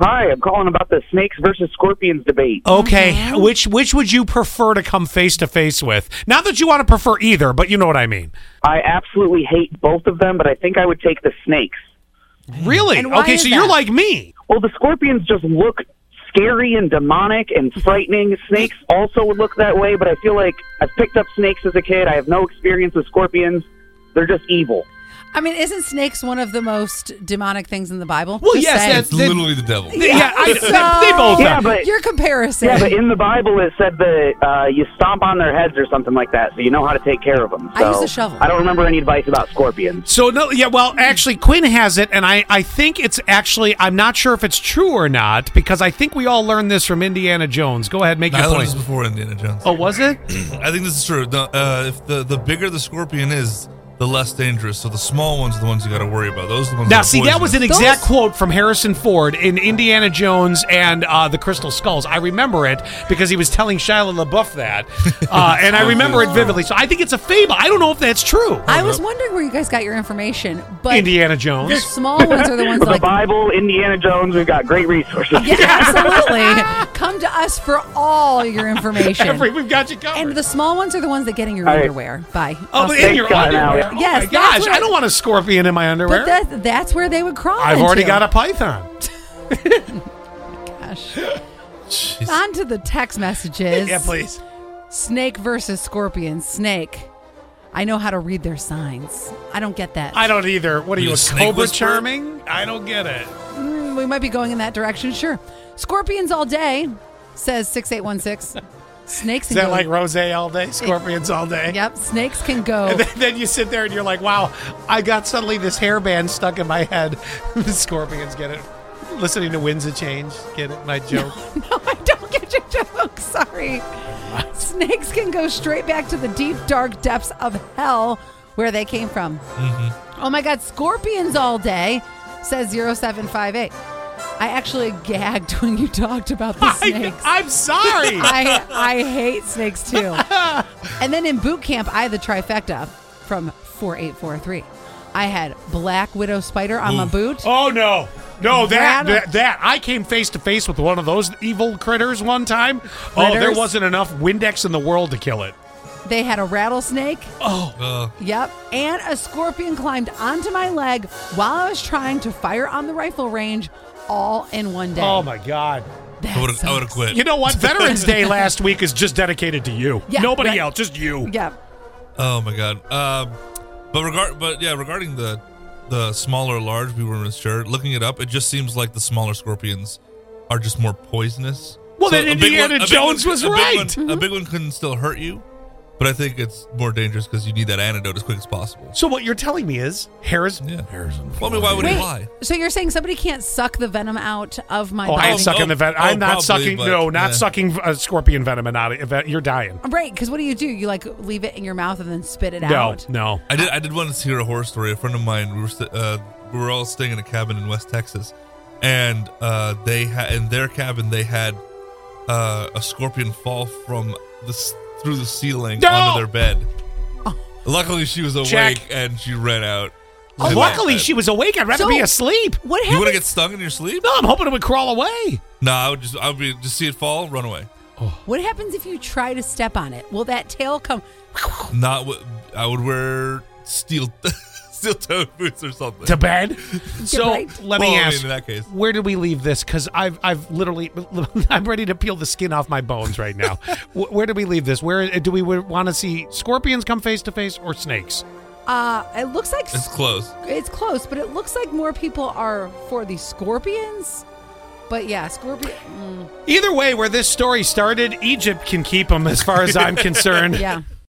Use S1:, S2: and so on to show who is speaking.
S1: Hi, I'm calling about the snakes versus scorpions debate.
S2: Oh.
S3: Okay, which which would you prefer to come face to face with? Not that you want to prefer either, but you know what I mean.
S1: I absolutely hate both of them, but I think I would take the snakes.
S3: Really?
S2: And why
S3: okay,
S2: is
S3: so you're
S2: that?
S3: like me.
S1: Well, the scorpions just look scary and demonic and frightening. Snakes also would look that way, but I feel like I've picked up snakes as a kid. I have no experience with scorpions. They're just evil.
S2: I mean, isn't snakes one of the most demonic things in the Bible?
S3: Well,
S2: Just
S3: yes,
S2: saying.
S3: that's-
S4: It's literally the devil.
S3: Yeah, I, they, they both
S1: Yeah,
S3: are.
S1: but
S2: your comparison.
S1: yeah, but in the Bible it said that uh, you stomp on their heads or something like that, so you know how to take care of them.
S2: I use
S1: So,
S2: a shovel.
S1: I don't remember any advice about scorpions.
S3: So no, yeah, well, actually, Quinn has it, and I, I think it's actually, I'm not sure if it's true or not because I think we all learned this from Indiana Jones. Go ahead, make
S4: I
S3: your
S4: learned this
S3: point.
S4: before Indiana Jones.
S3: Oh, was it?
S4: I think this is true. The, uh, if the the bigger the scorpion is, the less dangerous. So the small ones are the ones you got to worry about. Those are the ones.
S3: Now,
S4: that are
S3: see, that was an
S4: poisonous.
S3: exact
S2: Those-
S3: quote from Harrison Ford in Indiana Jones and uh, the Crystal Skulls. I remember it because he was telling Shia LaBeouf that, uh, and I remember it vividly. So I think it's a fable. I don't know if that's true.
S2: I was wondering where you guys got your information, but
S3: Indiana
S2: the
S3: Jones.
S2: small ones are the ones
S1: With
S2: that
S1: the
S2: like
S1: Bible, Indiana Jones, we've got great resources.
S2: Yeah, absolutely. Come to us for all your information.
S3: Every, we've got you covered.
S2: and the small ones are the ones that get in your
S1: All right.
S2: underwear. Bye.
S3: oh, but in
S1: Thanks,
S3: your
S1: God,
S3: underwear.
S1: Alex.
S3: Oh
S2: Yes,
S3: my
S2: that's
S3: gosh,
S2: what
S3: I
S2: I-
S3: don't want a scorpion in my underwear.
S2: But that, that's where they would crawl.
S3: I've already
S2: into.
S3: got a python.
S2: Gosh. On to the text messages.
S3: Yeah, please.
S2: Snake versus scorpion. Snake. I know how to read their signs. I don't get that.
S3: I don't either. What are you,
S4: You're the
S3: a
S4: snake
S3: cobra
S4: whisperer?
S3: charming? I don't get it.
S2: Mm, we might be going in that direction. Sure. Scorpions all day, says 6816. Snakes
S3: Is
S2: can
S3: that
S2: go.
S3: like rose all day, scorpions all day?
S2: yep. Snakes can go.
S3: And then, then you sit there and you're like, wow, I got suddenly this hairband stuck in my head. the scorpions get it. Listening to Winds of Change, get it? My joke.
S2: No, I don't get your joke. Sorry. Snakes can go straight back to the deep, dark depths of hell where they came from.
S3: Mm-hmm.
S2: Oh my God, scorpions all day, says 0758. I actually gagged when you talked about the
S3: I,
S2: snakes.
S3: I'm sorry.
S2: I, I hate snakes too. and then in boot camp, I had the trifecta from 4843. I had black widow spider on my boot.
S3: Oh no. No, that,
S2: That-
S3: that that I came face to face with one of those evil critters one time. Oh, there
S2: Critters?
S3: wasn't enough Windex in the world to kill it.
S2: They had a rattlesnake. Oh.
S4: Uh,
S2: Yep. And a scorpion climbed onto my leg while I was trying to fire on the rifle range all in one day.
S3: Oh my god.
S2: That
S4: I would have I would have
S2: sucks.
S4: quit.
S3: You know what? Veterans Day last week is just dedicated to you.
S2: Yeah,
S3: Nobody
S2: right.
S3: else, just you.
S2: Yep.
S4: Oh my god. Um, but regard, but yeah, regarding the the smaller large, we weren't sure. Looking it up, it just seems like the smaller scorpions are just more poisonous.
S3: Well, then
S4: a big
S3: Indiana
S4: a big
S3: Jones was
S4: a big
S3: right.
S4: one- a big one couldn't still hurt you, but I think it's more dangerous because you need that antidote as quick as possible.
S3: So what you're telling me is Harrison.
S4: Yeah.
S3: Harrison.
S4: Well, I mean, why would he
S2: Wait.
S4: lie?
S2: So you're saying somebody can't suck the venom out of my
S3: Oh, I
S2: body?
S3: am sucking the venom.
S4: oh,
S3: I'm not
S4: probably,
S3: sucking.
S4: but,
S3: no, not
S4: yeah.
S3: sucking uh, scorpion venom. And not if, uh, you're dying.
S2: Right, because what do you do? You like leave it in your mouth and then spit it
S3: No,
S2: out.
S3: no.
S4: I did. I did want to hear a horror story. A friend of mine. We were st- uh, we were all staying in a cabin in West Texas, and uh, they had in their cabin they had uh, a scorpion fall from the s- through the ceiling
S3: No!
S4: onto their bed. Luckily, she was awake
S3: Jack.
S4: and she ran out.
S3: Oh, luckily she was awake. I'd rather
S2: So-
S3: be asleep.
S2: What
S4: You want
S2: happens?
S4: to get stung in your sleep?
S3: No, I'm hoping it would crawl away.
S4: No, I would just. I would be just see it fall, run away.
S2: what happens if you try to step on it? Will that tail come?
S4: Not. What, I would wear steel steel toed boots or something.
S3: To bed. So
S2: right.
S3: let me
S4: Well, I mean,
S3: ask.
S4: in that case.
S3: Where did we leave this? Because I've I've literally I'm ready to peel the skin off my bones right now. Wh- where did we leave this? Where do we want to see scorpions come face to face or snakes?
S2: Uh, it looks like
S4: It's close.
S2: It's close, but it looks like more people are for the scorpions. But yeah, scorpion. mm,
S3: Either way, where this story started, Egypt can keep them as far as I'm concerned.
S2: yeah.